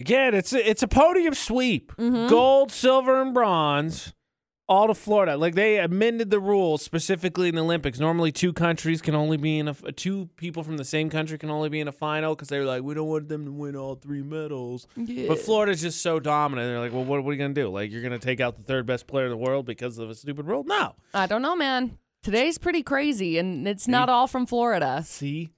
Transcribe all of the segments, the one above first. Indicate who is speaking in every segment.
Speaker 1: Again, it's a, it's a podium sweep.
Speaker 2: Mhm.
Speaker 1: Gold, silver, and bronze, all to Florida. Like they amended the rules specifically in the Olympics. Normally, two countries can only be in a f- two people from the same country can only be in a final because they're like, we don't want them to win all three medals. But Florida's just so dominant. They're like, well, what, what are you gonna do? Like, you're gonna take out the third best player in the world because of a stupid rule? No.
Speaker 2: I don't know, man. Today's pretty crazy, and it's not all from Florida.
Speaker 1: See,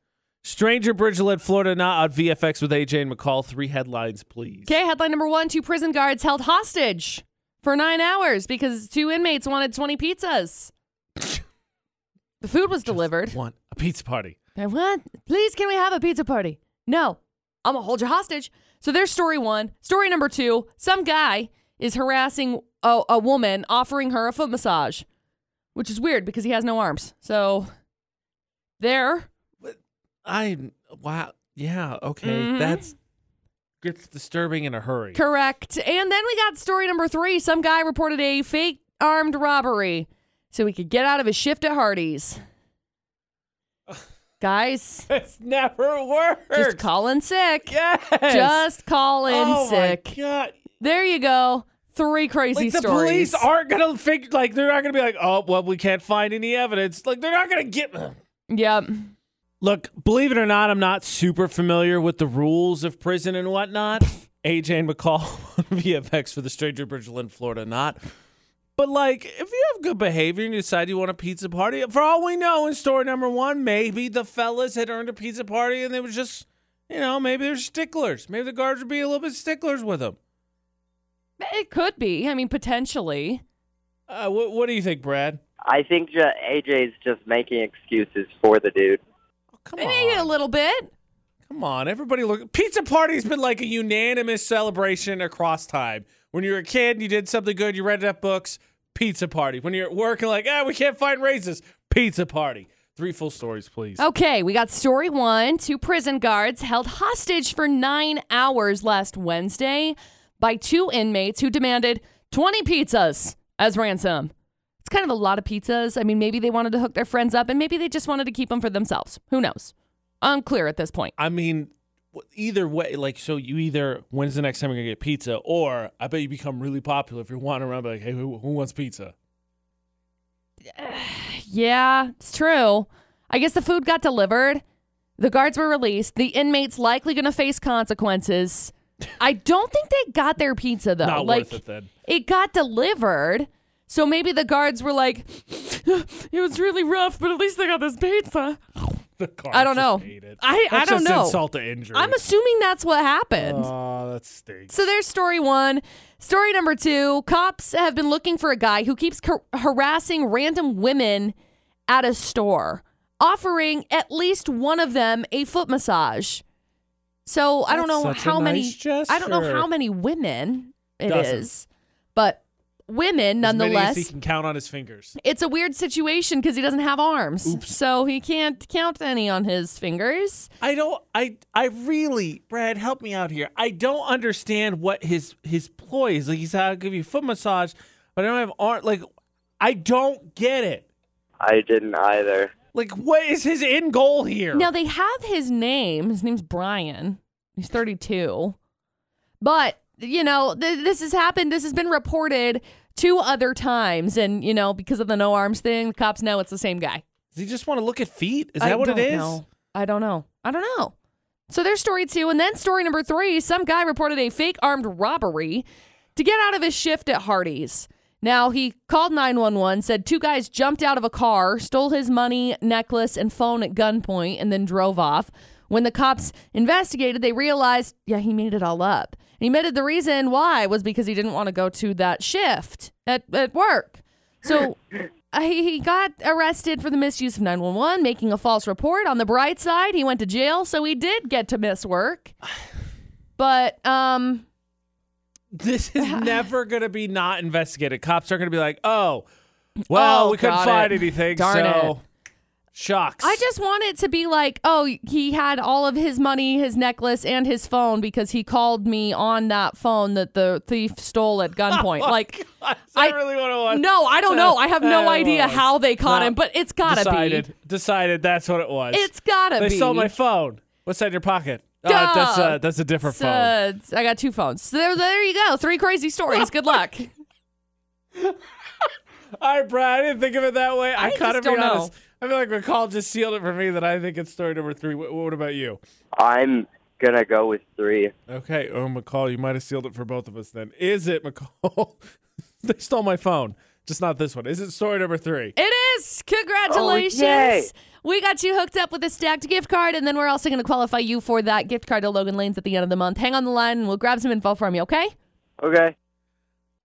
Speaker 1: Stranger Bridge led Florida not on VFX with AJ and McCall. Three headlines, please.
Speaker 2: Okay, headline number one two prison guards held hostage for nine hours because two inmates wanted 20 pizzas. the food was delivered.
Speaker 1: One, a pizza party.
Speaker 2: They what? Please, can we have a pizza party? No, I'm gonna hold you hostage. So there's story one. Story number two: some guy is harassing a, a woman, offering her a foot massage, which is weird because he has no arms. So there,
Speaker 1: I wow. Yeah, okay.
Speaker 2: Mhm.
Speaker 1: That's gets disturbing in a hurry.
Speaker 2: correct. And then we got story number three: some guy reported a fake armed robbery so he could get out of his shift at Hardee's. Guys,
Speaker 1: It's never works.
Speaker 2: just calling sick.
Speaker 1: yes.
Speaker 2: Just calling
Speaker 1: oh
Speaker 2: sick.
Speaker 1: my god.
Speaker 2: There you go. Three crazy
Speaker 1: Like the
Speaker 2: stories.
Speaker 1: police aren't gonna figure. Like they're not gonna be like, oh well, we can't find any evidence. Like they're not gonna get.
Speaker 2: Yep.
Speaker 1: Look, believe it or not, I'm not super familiar with the rules of prison and whatnot. AJ and McCall on VFX for the Stranger Bridgeland, Florida, not. But like, if you have good behavior and you decide you want a pizza party, for all we know, in story number one, maybe the fellas had earned a pizza party and they were just, you know, maybe they're sticklers. Maybe the guards would be a little bit sticklers with them.
Speaker 2: It could be. I mean, potentially.
Speaker 1: Uh, what, what do you think, Brad?
Speaker 3: I think ju- AJ's just making excuses for the dude.
Speaker 1: Oh, come
Speaker 2: Maybe a
Speaker 1: on,
Speaker 2: little bit.
Speaker 1: come on, everybody! Look, pizza party's been like a unanimous celebration across time. When you were a kid, and you did something good, you read up books. Pizza party. When you're at work, and like, ah, we can't find raises. Pizza party. Three full stories, please.
Speaker 2: Okay, we got story one. Two prison guards held hostage for nine hours last Wednesday by two inmates who demanded 20 pizzas as ransom. It's kind of a lot of pizzas. I mean, maybe they wanted to hook their friends up and maybe they just wanted to keep them for themselves. Who knows? Unclear at this point.
Speaker 1: I mean, wh- either way, like, so you either when's the next time we're gonna get pizza, or I bet you become really popular if you're wandering around be like, hey, who, who wants pizza?
Speaker 2: Yeah, it's true. I guess the food got delivered. The guards were released. The inmates likely going to face consequences. I don't think they got their pizza though.
Speaker 1: Not
Speaker 2: like
Speaker 1: worth it then.
Speaker 2: it got delivered. So maybe the guards were like, "It was really rough, but at least they got this pizza."
Speaker 1: The car.
Speaker 2: I don't know. I- I
Speaker 1: that's
Speaker 2: don't
Speaker 1: just
Speaker 2: know.
Speaker 1: Insult to injury.
Speaker 2: I'm assuming that's what happened.
Speaker 1: Oh, that stinks.
Speaker 2: So there's story one. Story number two cops have been looking for a guy who keeps ca- harassing random women at a store, offering at least one of them a foot massage. So I don't
Speaker 1: That's
Speaker 2: know
Speaker 1: such a
Speaker 2: how many.
Speaker 1: nice
Speaker 2: I don't know
Speaker 1: gesture.
Speaker 2: how many women it is,
Speaker 1: Doesn't.
Speaker 2: but women
Speaker 1: As many as
Speaker 2: nonetheless.
Speaker 1: he can count on his fingers.
Speaker 2: it's a weird situation because he doesn't have arms, so he can't count any on his fingers.
Speaker 1: I don't. I. I really, Brad, help me out here. I don't understand what his his ploy is. Like he said, I'll give you a foot massage, but I don't have arm. Like, I don't get it.
Speaker 3: I didn't either.
Speaker 1: Like, what is his end goal here?
Speaker 2: Now they have his name. His name's Brian. He's 32. But, you know, th- this has happened. This has been reported two other times. And, you know, because of the no arms thing, the cops know it's the same guy.
Speaker 1: Does he just want to look at feet? Is that
Speaker 2: I
Speaker 1: what it
Speaker 2: don't
Speaker 1: is?
Speaker 2: know. I don't know. I don't know. So there's story two. And then story number three some guy reported a fake armed robbery to get out of his shift at Hardee's. Now he called 911, said two guys jumped out of a car, stole his money, necklace, and phone at gunpoint, and then drove off. When the cops investigated, they realized, yeah, he made it all up. And he admitted the reason why was because he didn't want to go to that shift at, at work. So uh, he he got arrested for the misuse of 911, making a false report. On the bright side, he went to jail, so he did get to miss work. But um,
Speaker 1: This is never going to be not investigated. Cops are going to be like, oh, well,
Speaker 2: Oh,
Speaker 1: we couldn't
Speaker 2: got
Speaker 1: find
Speaker 2: it.
Speaker 1: anything.
Speaker 2: Darn
Speaker 1: so, shocks.
Speaker 2: I just want it to be like, oh, he had all of his money, his necklace, and his phone because he called me on that phone that the thief stole
Speaker 1: Oh
Speaker 2: at gunpoint. like,
Speaker 1: I, I
Speaker 2: I-
Speaker 1: really want to watch.
Speaker 2: no, I don't know. I have no
Speaker 1: Uh,
Speaker 2: idea
Speaker 1: well,
Speaker 2: how they caught
Speaker 1: well,
Speaker 2: him, but it's gotta
Speaker 1: decided, Decided that's what it was.
Speaker 2: be. It's gotta
Speaker 1: they
Speaker 2: be.
Speaker 1: stole my phone. What's that in your pocket? Oh, that's
Speaker 2: Duh.
Speaker 1: a that's a different
Speaker 2: So,
Speaker 1: phone.
Speaker 2: uh, I got two phones. So there, there you go. Three crazy stories. Good luck.
Speaker 1: All right, Brad. I didn't think of it that way. I,
Speaker 2: I
Speaker 1: kind
Speaker 2: just
Speaker 1: of be
Speaker 2: don't know.
Speaker 1: honest. I feel like McCall just sealed it for me that I think it's story number three. What, what about you?
Speaker 3: I'm gonna go with three.
Speaker 1: Okay. Oh, McCall, you might have sealed it for both of us then. Is it McCall? they stole my phone. Just not this one. Is it story number three?
Speaker 2: It is. Congratulations. we got you hooked up with a stacked gift card, and then we're also going to qualify you for that gift card to Logan Lanes at the end of the month. Hang on the line and we'll grab some info from you, okay?
Speaker 3: Okay.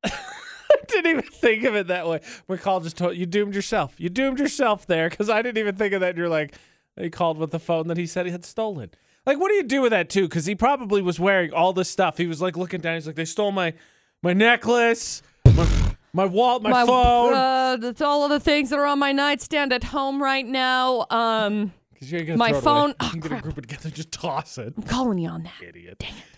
Speaker 1: I didn't even think of it that way. McCall just told you doomed yourself. You doomed yourself there because I didn't even think of that. And you're like, he called with the phone that he said he had stolen. Like, what do you do with that too? Because he probably was wearing all this stuff. He was like looking down. He's like, they stole my my necklace, my, my wallet, my, phone.
Speaker 2: Uh, that's all of the things that are on my nightstand at home right now. Um,
Speaker 1: 'Cause you're gonna
Speaker 2: my
Speaker 1: throw it away.
Speaker 2: phone-
Speaker 1: You
Speaker 2: Oh,
Speaker 1: can get a
Speaker 2: crap.
Speaker 1: group it together, just toss it.
Speaker 2: I'm calling you on that.
Speaker 1: Idiot. Dang it.